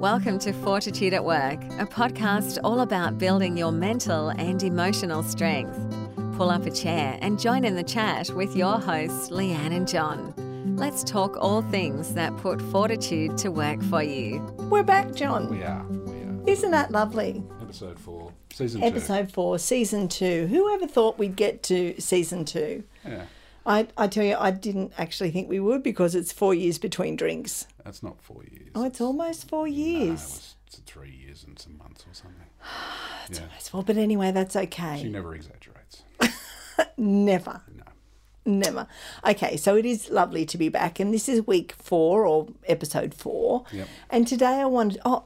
Welcome to Fortitude at Work, a podcast all about building your mental and emotional strength. Pull up a chair and join in the chat with your hosts, Leanne and John. Let's talk all things that put fortitude to work for you. We're back, John. We are. We are. Isn't that lovely? Episode four, season Episode four, season two. Whoever thought we'd get to season two? two. Yeah, I, I tell you, I didn't actually think we would because it's four years between drinks. that's not four years. Oh, it's almost four No, it years. was t- three years and some months or something. That's four, but anyway, that's She okay. never exaggerates. Never. No. Never. Okay, so it is lovely to be back, and this is week four or episode four. Yep. And today I wanted. Oh,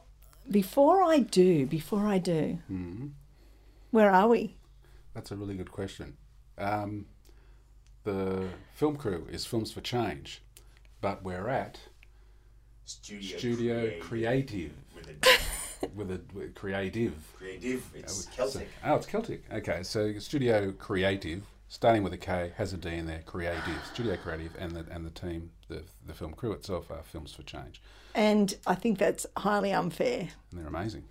before I do, before I do, Mm-hmm. where are we? That's a really good question. Um, the film crew is Films for Change, but we're at Studio, Studio creative. Creative with a with a with creative. creative. It's Celtic. Oh, it's Celtic. Okay, so Studio Creative, starting with a K, has a D in there. Creative, Studio Creative, and the and the team, the the film crew itself are Films for Change, And I think that's highly unfair. and they're amazing.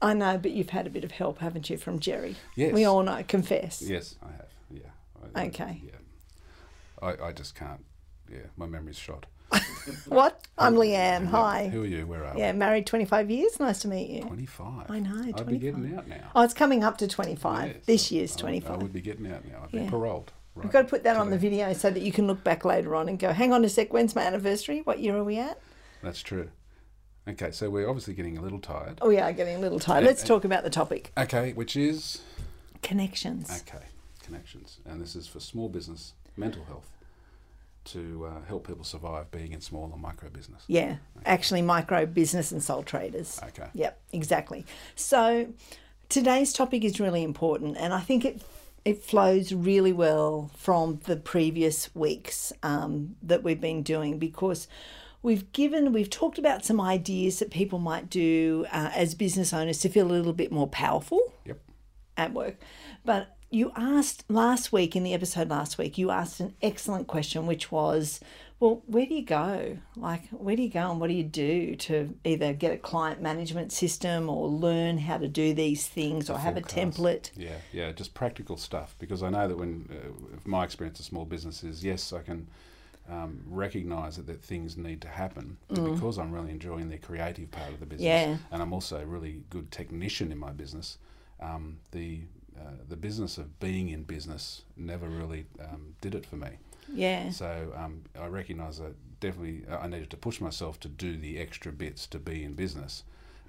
I know, but you've had a bit of help, haven't you, from Jerry? Yes. We all know, confess. Yes, I have. Yeah. I, I- Okay. yeah. I, I just can't. Yeah, my memory's shot. What? I'm Leanne. Yeah, Hi. Who are you? Where are Yeah, married 25 years. Nice to meet you. we? 25. I know, I'd be 25. getting out now. Oh, it's coming up to 25. Yes, this I- year's I would- I 25. would be getting out now. I've been Yeah. paroled. Right. We've got to put that on the video so that you can look back later on and go, hang on a sec, when's my anniversary? What year are we at? That's true. Okay, so we're obviously getting a little tired. Oh, we are getting a little tired. Yeah, Let's and- talk about the topic Okay, which is connections. okay connections, and this is for small business mental health to uh, help people survive being in small and micro business. Yeah, actually, micro business and sole traders. Okay. Yep, exactly. So today's topic is really important, and I think it it flows really well from the previous weeks um, that we've been doing because we've given we've talked about some ideas that people might do uh, as business owners to feel a little bit more powerful Yep. at work. But you asked last week in the episode last week, you asked an excellent question, which was, well, where do you go? Like, where do you go and what do you do to either get a client management system or learn how to do these things or have a forecast. template? Yeah, yeah, just practical stuff because I know that when uh, my experience of small business is yes, I can um, recognise that, that things need to happen but because I'm really enjoying the creative part of the business Mm. Yeah. and I'm also a really good technician in my business. Um, the uh, the business of being in business never really um, did it for me. Yeah. So um, I recognise that definitely uh, I needed to push myself to do the extra bits to be in business,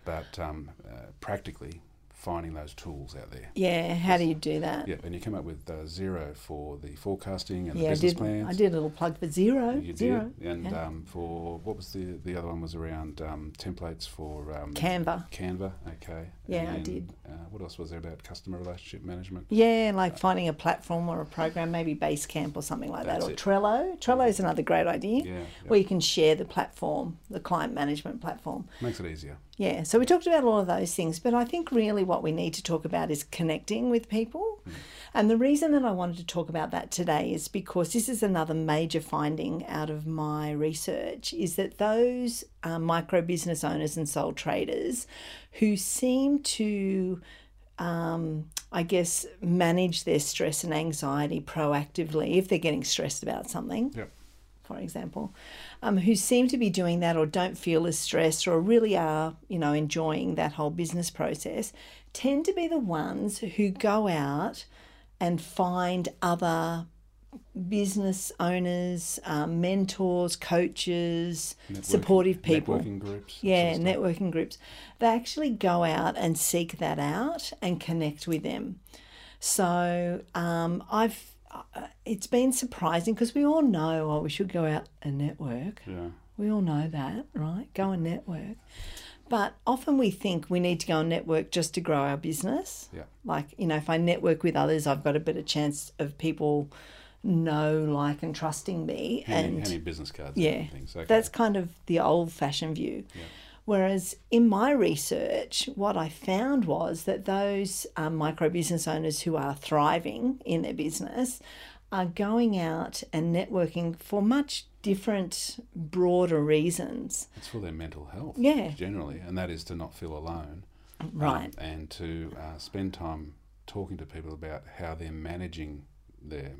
but um, uh, practically finding those tools out there. Yeah. How do you do that? Yeah, and you came up with uh, zero for the forecasting and Yeah, the I business did. plans. I did a little plug for zero. You zero. did, and yeah. um, for what was the the other one was around um, templates for um, Canva. Canva, okay. Yeah, I and, did. Uh, what else was there about customer relationship management? Yeah, like finding a platform or a program, maybe Basecamp or something like that, That's or it. Trello. Trello is another great idea Yeah, where you can share the platform, the client management platform. Makes it easier. Yeah, so we talked about all of those things, but I think really what we need to talk about is connecting with people. And the reason that I wanted to talk about that today is because this is another major finding out of my research is that those uh, micro business owners and sole traders who seem to um, I guess, manage their stress and anxiety proactively if they're getting stressed about something, Yep. for example, um, who seem to be doing that or don't feel as stressed or really are, you know, enjoying that whole business process, tend to be the ones who go out and find other business owners, um, mentors, coaches, supportive Networking- people Networking groups. that yeah, sort of stuff. networking groups. They actually go out and seek that out and connect with them. So um, I've uh, it's been surprising because we all know oh we should go out and network. Yeah. We all know that, right? Go and network. But often we think we need to go and network just to grow our business. Yeah. Like, you know, if I network with others, I've got a better chance of people know, like, and trusting me. Handing, and handing business cards. yeah, And things. Okay. that's kind of the old fashioned view. Whereas in my research, what I found was that those um, micro business owners who are thriving in their business are going out and networking for much different, broader reasons. It's for their mental health, Yeah. generally, and that is to not feel alone, um, Right. and to uh, spend time talking to people about how they're managing their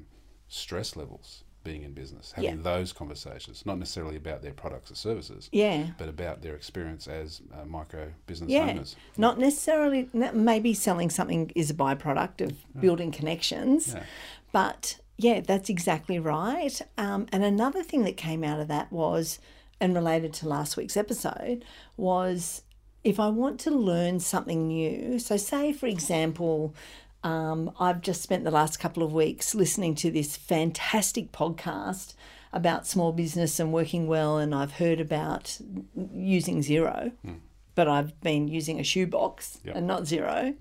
stress levels being in business, having Yeah. those conversations, not necessarily about their products or services, Yeah. but about their experience as uh, micro business Yeah. owners. Not necessarily, n- maybe selling something is a byproduct of building connections. Yeah. But yeah, that's exactly right. Um, and another thing that came out of that was, and related to last week's episode, was if I want to learn something new, so say, for example, um, I've just spent the last couple of weeks listening to this fantastic podcast about small business and working well, and I've heard about using zero, but I've been using a shoebox Yep. and not zero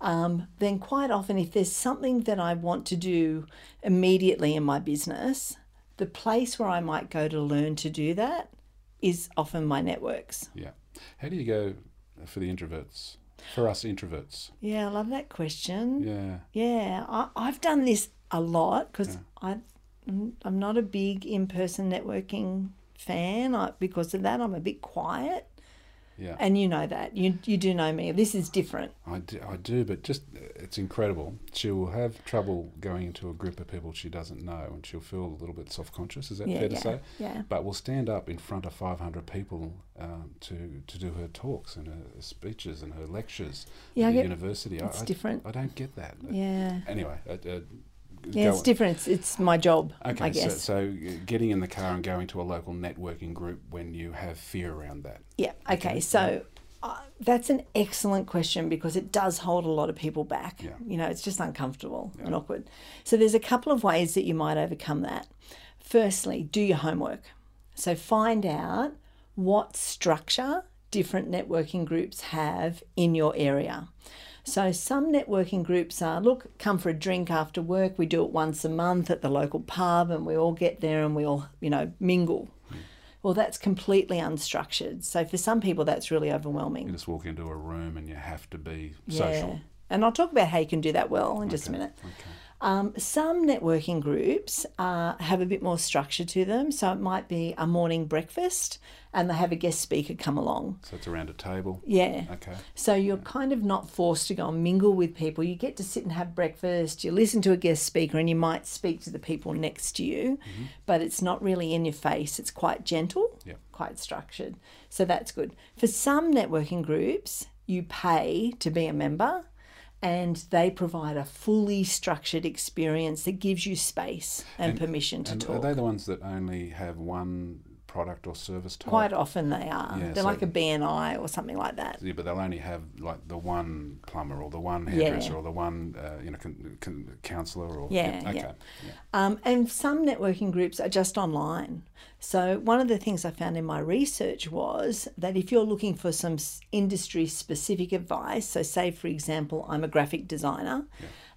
Um, Yeah. then quite often if there's something that I want to do immediately in my business, the place where I might go to learn to do that is often my networks. Yeah. How do you go for the introverts? For us introverts, Yeah, I love that question. yeah. Yeah, I, I've done this a lot because I I'm not a big in-person networking fan. I, because of that, I'm a bit quiet, Yeah, and you know that. You you do know me. This is different. I do, I do, but just uh, it's incredible. She will have trouble going into a group of people she doesn't know, and she'll feel a little bit self-conscious. Is that Yeah, fair to yeah, say? yeah. But will stand up in front of 500 people um, to to do her talks and her speeches and her lectures Yeah, I at the get- university. I- it's I, different. I don't get that. Yeah. Anyway, uh, uh, Yeah, go it's on. different. It's, it's my job, Okay, I guess. so so uh, getting in the car and going to a local networking group when you have fear around that. Yeah. Okay. So uh, that's an excellent question because it does hold a lot of people back. Yeah. You know, it's just uncomfortable and awkward. So there's a couple of ways that you might overcome that. Firstly, do your homework. So find out what structure different networking groups have in your area. So some networking groups are look, come for a drink after work. We do it once a month at the local pub and we all get there and we all, you know, mingle. Well, that's completely unstructured. So for some people, that's really overwhelming. You just walk into a room and you have to be social. And I'll talk about how you can do that well in just a minute. Um, some networking groups uh, have a bit more structure to them. So it might be a morning breakfast and they have a guest speaker come along. So it's around a table. Yeah. Okay. So you're kind of not forced to go and mingle with people. You get to sit and have breakfast, you listen to a guest speaker, and you might speak to the people next to you, but it's not really in your face. It's quite gentle, Mm-hmm. Yeah. quite structured. So that's good. For some networking groups, you pay to be a member. And they provide a fully structured experience that gives you space and, permission to And talk. are they the ones that only have one product or service type? Quite often they are. Yeah, They're so- like a BNI or something like that. yeah, but they'll only have like the one plumber or the one hairdresser Yeah. or the one uh, you know con- con- counselor or Yeah, okay. yeah. Yeah. Um, and some networking groups are just online. So, one of the things I found in my research was that if you're looking for some industry specific advice, so say, for example, I'm a graphic designer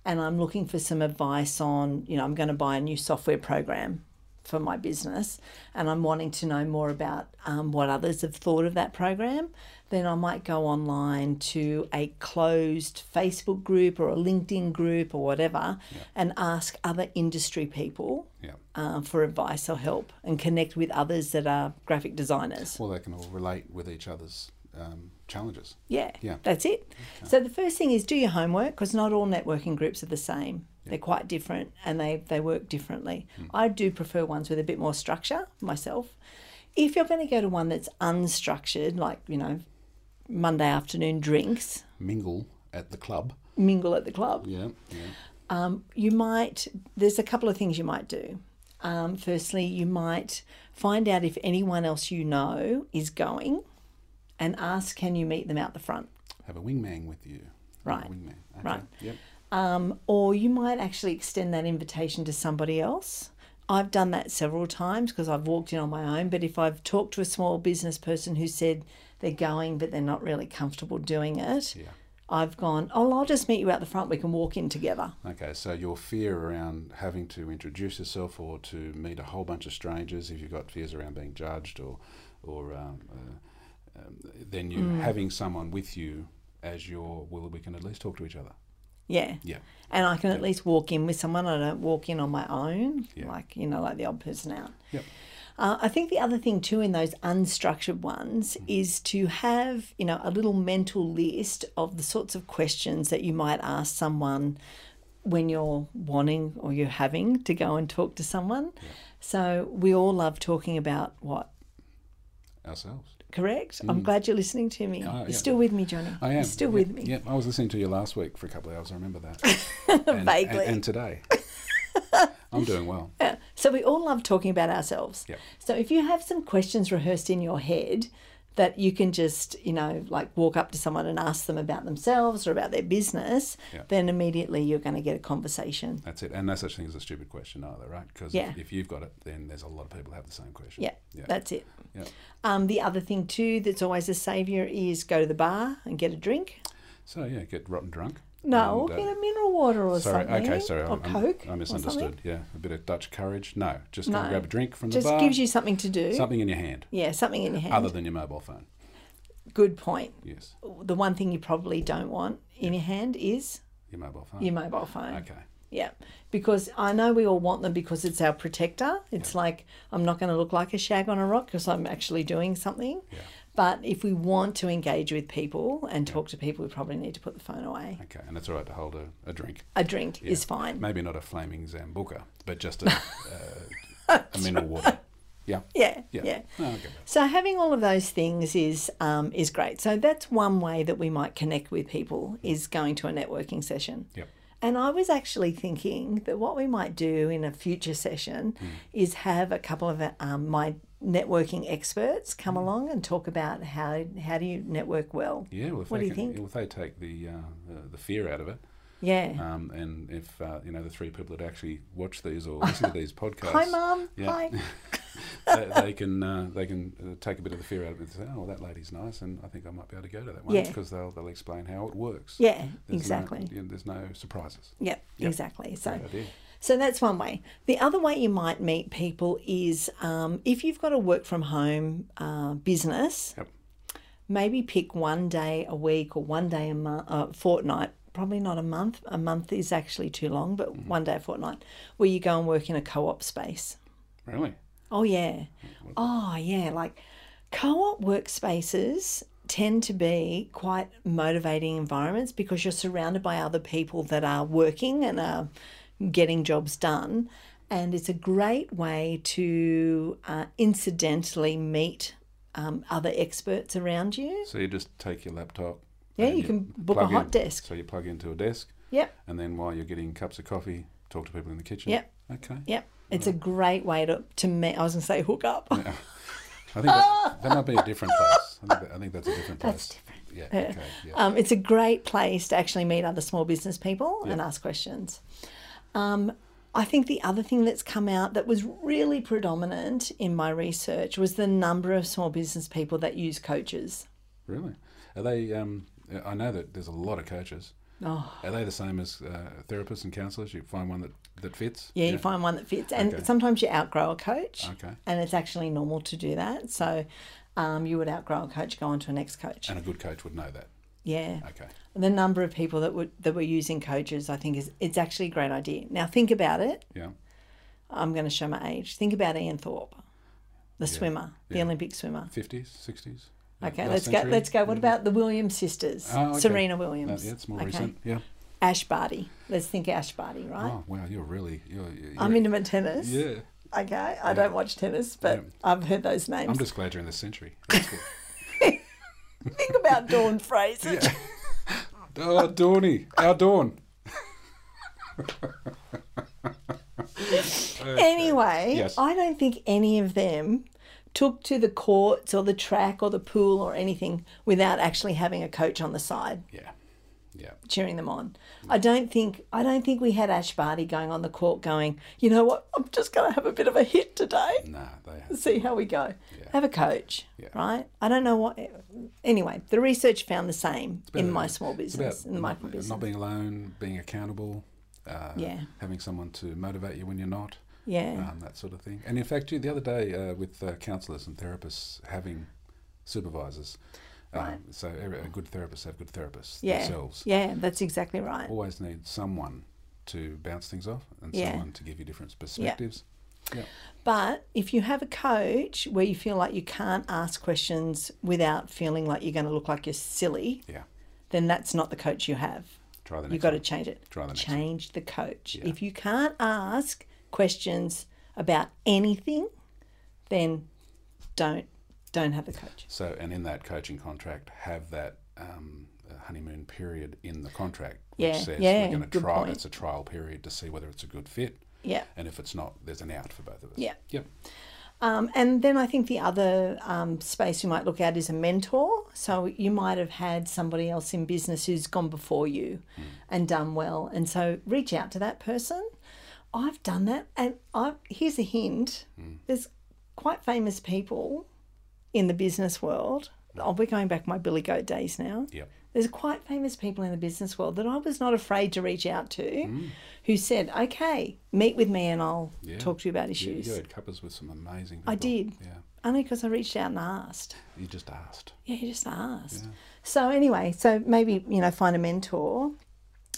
and I'm looking for some advice on, you know, I'm going to buy a new software program for my business and I'm wanting to know more about um, what others have thought of that program, then I might go online to a closed Facebook group or a LinkedIn group or whatever and ask other industry people yeah. uh, for advice or help and connect with others that are graphic designers. Well, they can all relate with each other's um, challenges. Yeah, Yeah. that's it. So the first thing is do your homework because not all networking groups are the same. They're quite different and they, they work differently. Hmm. I do prefer ones with a bit more structure myself. If you're going to go to one that's unstructured, like, you know, Monday afternoon drinks, Mingle at the club. mingle at the club, Yeah. yeah. you might, there's a couple of things you might do. Um, firstly, you might find out if anyone else you know is going and ask, can you meet them out the front? Have a wingman with you. Right. A wingman. Okay. Right. Yep. Um, or you might actually extend that invitation to somebody else. I've done that several times because I've walked in on my own, but if I've talked to a small business person who said they're going but they're not really comfortable doing it, Yeah. I've gone, oh, I'll just meet you out the front. We can walk in together. Okay, so your fear around having to introduce yourself or to meet a whole bunch of strangers, if you've got fears around being judged or, or um, uh, um, then you Mm. having someone with you as your, well, we can at least talk to each other. Yeah. Yeah. And I can at least walk in with someone. I don't walk in on my own, Yeah. like, you know, like the odd person out. Yep. Uh, I think the other thing too in those unstructured ones Mm. is to have you know a little mental list of the sorts of questions that you might ask someone when you're wanting or you're having to go and talk to someone. So we all love talking about what ourselves. correct? I'm glad you're listening to me. Mm. Oh, yeah. you're still with me, Johnny. I am You're still Yep, with me. Yep, I was listening to you last week for a couple of hours. I remember that And- and- Vaguely. and, today. I'm doing well. Yeah. So we all love talking about ourselves. Yep. So if you have some questions rehearsed in your head that you can just, you know, like walk up to someone and ask them about themselves or about their business, Yeah. then immediately you're going to get a conversation. That's it. And no such thing as a stupid question either, right? Because Yeah. if, if you've got it, then there's a lot of people that have the same question. Yeah, Yeah. that's it. Yeah. Um, the other thing too that's always a savior is go to the bar and get a drink. So yeah, get rotten drunk. No, and, uh, get a mineral water or sorry. something. Okay. Sorry. Or I'm- I'm- Coke. or i something. misunderstood. Yeah. A bit of Dutch courage. No. Just go No. grab a drink from Just the bar. gives you something to do. something in your hand, Yeah, something in your hand. other than your mobile phone. Good point. Yes. The one thing you probably don't want in your hand is Your mobile phone. your mobile phone. Okay. Yeah. Because I know we all want them because it's our protector. It's like, I'm not going to look like a shag on a rock because I'm actually doing something. But if we want to engage with people and talk to people, we probably need to put the phone away. Okay. And it's all right to hold a, a drink. A drink is fine. Maybe not a flaming Zambuca, but just a, uh, a mineral water. Yeah. Yeah. Yeah. Yeah. Oh, okay. So having all of those things is um, is great. So that's one way that we might connect with people is going to a networking session. Yep. And I was actually thinking that what we might do in a future session Hmm. is have a couple of um, my networking experts Hmm. come along and talk about how how do you network well. Yeah. Well, if What they do you can, think? Mm. If they take the, uh, the the fear out of it, Yeah. um, and if uh, you know the three people that actually watch these or listen to these podcasts, Hi, mum. Yeah. Hi. they, they can uh, they can uh, take a bit of the fear out of it and say, oh, well, that lady's nice, and I think I might be able to go to that one Yeah. because they'll they'll explain how it works. Yeah. There's exactly. No, you know, there's no surprises. Yep, exactly. So, Great idea. so that's one way. The other way you might meet people is um, if you've got a work from home uh, business, Yep. maybe pick one day a week or one day a month, uh, fortnight. Probably not a month. A month is actually too long, but one day a fortnight where you go and work in a co-op space. Really? Oh yeah. Oh yeah, like co-op workspaces tend to be quite motivating environments because you're surrounded by other people that are working and are getting jobs done and it's a great way to uh, incidentally meet um, other experts around you. So you just take your laptop. Yeah, and you can book a plug hot in- desk. So you plug into a desk, Yep. and then while you're getting cups of coffee, talk to people in the kitchen. Yep. Okay. Yep. It's a great way to, to meet. I was going to say hook up. I think Ah! that, that might be a different place. I think, that, I think that's a different place. That's different. Yeah. Okay. Yeah. Um, it's a great place to actually meet other small business people and ask questions. Um, I think the other thing that's come out that was really predominant in my research was the number of small business people that use coaches. Really? Are they? Um, I know that there's a lot of coaches. Oh, Are they the same as uh, therapists and counsellors? You find one that, that fits. yeah, you find one that fits. And Okay. sometimes you outgrow a coach, Okay. and it's actually normal to do that. So um, you would outgrow a coach, go on to a next coach. And a good coach would know that. Yeah. Okay. The number of people that were, that were using coaches, I think, is it's actually a great idea. Now, think about it. Yeah. I'm going to show my age. Think about Ian Thorpe, the swimmer, the yeah. Olympic swimmer. Fifties, sixties. Okay, let's go. Let's go. Mm-hmm. What about the Williams sisters? Serena Williams. Oh, Uh, yeah, it's more okay. recent. Yeah. Ash Barty. Let's think Ash Barty, right? Oh wow, you're really. You're, you're, I'm into my tennis. Yeah. Okay, I don't watch tennis, but Yeah. I've heard those names. I'm just glad you're in this century. That's good. Think about Dawn Fraser. oh, Dawny, our Dawn. Anyway, Yes. I don't think any of them took to the courts or the track or the pool or anything without actually having a coach on the side. Yeah. Yeah. cheering them on. I don't think I don't think we had Ash Barty going on the court going, you know what, I'm just going to have a bit of a hit today. Nah, they. See how we go. Yeah. Have a coach, Yeah. right? I don't know what. Anyway, the research found the same in about- my small It's business, about in the not, micro business. not being alone, being accountable, uh, Yeah. having someone to motivate you when you're not, yeah, um, that sort of thing. And in fact, you- the other day uh, with uh, counsellors and therapists having supervisors, um, so every, a good therapist have good therapists yeah, themselves. yeah. That's exactly right. Always need someone to bounce things off and Yeah. someone to give you different perspectives. Yeah. But if you have a coach where you feel like you can't ask questions without feeling like you're going to look like you're silly, Yeah. then that's not the coach you have. Try the next You've got to one. change it. Try the next one. change the coach. If you can't ask questions about anything, then don't don't have a coach. So, and in that coaching contract, have that um, uh, honeymoon period in the contract, which Yeah, says yeah, we're going to good try. point. It's a trial period to see whether it's a good fit, Yeah. and if it's not, there's an out for both of us. Yeah. Yep. Um, and then I think the other um, space you might look at is a mentor. So you might have had somebody else in business who's gone before you and done well. And so reach out to that person. I've done that. And I here's a hint there's quite famous people in the business world. Oh, we're going back my Billy Goat days now. Yep. There's quite famous people in the business world that I was not afraid to reach out to who said, okay, meet with me and I'll Yeah. talk to you about You, issues. you had cuppers with some amazing. People. I did. Yeah. Only because I reached out and asked. You just asked. Yeah, you just asked. So anyway, so maybe you know find a mentor.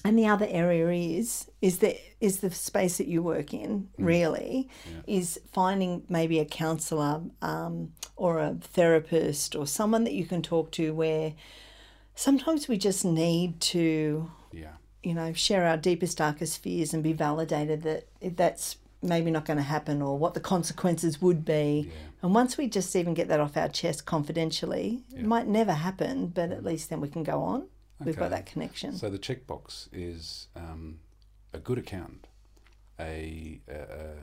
And the other area is is the is the space that you work in really is finding maybe a counselor um, or a therapist or someone that you can talk to where sometimes we just need to Yeah. you know share our deepest darkest fears and be validated that that's maybe not going to happen or what the consequences would be and once we just even get that off our chest confidentially it might never happen but at least then we can go on we've got Mm. Okay. that connection So the checkbox is um, a good accountant, a, a- a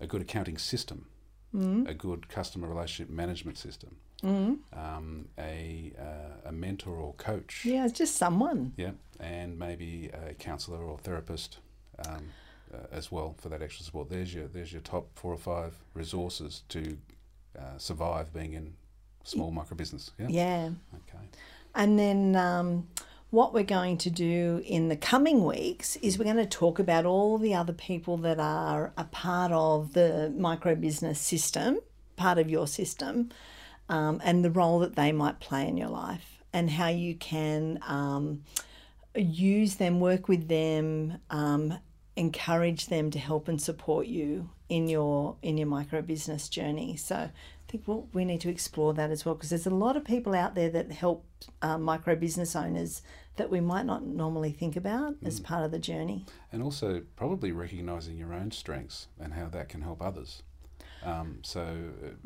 a good accounting system, Mm. a good customer relationship management system, um, a uh, a mentor or coach. yeah it's just someone Yeah, and maybe a counsellor or therapist um, uh, as well for that extra support. There's your there's your top four or five resources to uh, survive being in small micro business. Yeah. yeah Okay. And then um, what we're going to do in the coming weeks is we're going to talk about all the other people that are a part of the micro business system, part of your system, um, and the role that they might play in your life and how you can um, use them, work with them, um, encourage them to help and support you in your in your micro business journey. So I think we'll, we need to explore that as well because there's a lot of people out there that help uh, micro business owners that we might not normally think about as part of the journey. And also probably recognizing your own strengths and how that can help others. Um, so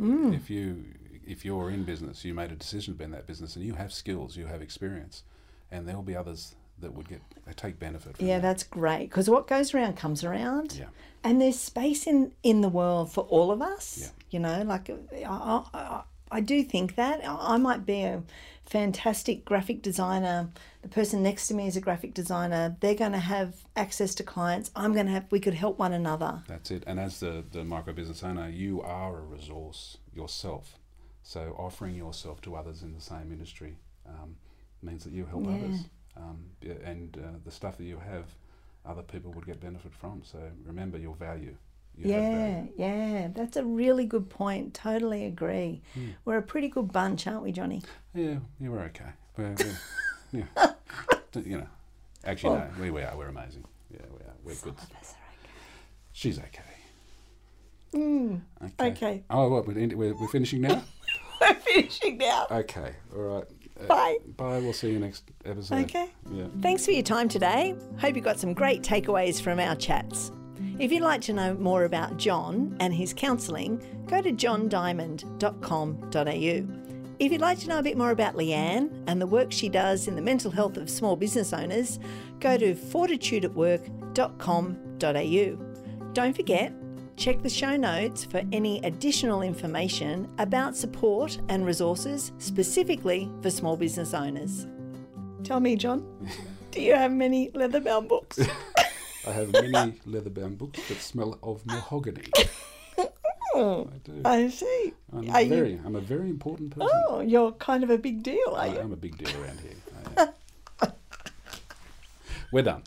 uh, if you if you're in business, you made a decision to be in that business, and you have skills, you have experience, and there will be others that would get they take benefit from Yeah, that. that's great because what goes around comes around. Yeah. And there's space in in the world for all of us. Yeah. You know, like I, I, I- I do think that I I might be a fantastic graphic designer. The person next to me is a graphic designer. They're going to have access to clients. I'm going to have. We could help one another. That's it. And as the, the micro business owner, you are a resource yourself. So offering yourself to others in the same industry um, means that you help others. Um, yeah, and uh, the stuff that you have, other people would get benefit from. So remember your value. You have Yeah, value. yeah, that's a really good point. Totally agree. Hmm. We're a pretty good bunch, aren't we, Johnny? Yeah, yeah, we're okay. We're, we're- yeah. D- you know, actually, no, we, we are. We're amazing. Yeah, we are. We're good. Oh. That's right. Mm. She's okay. okay. Oh, what? We're, end- we're, we're finishing now? We're finishing now. okay. All right. Uh, Bye. Bye. We'll see you next episode. Okay. Yeah. Thanks for your time today. Hope you got some great takeaways from our chats. If you'd like to know more about John and his counselling, go to johndiamond.com.au. If you'd like to know a bit more about Leanne and the work she does in the mental health of small business owners, go to fortitudeatwork.com.au. Don't forget, check the show notes for any additional information about support and resources specifically for small business owners. Tell me, John, do you have many Leatherbound books? I have many leather-bound books that smell of mahogany. Oh, I do. I see. I'm Are you? very, I'm a very important person. Oh, you're kind of a big deal, are I you? am a big deal around here. I am. We're done.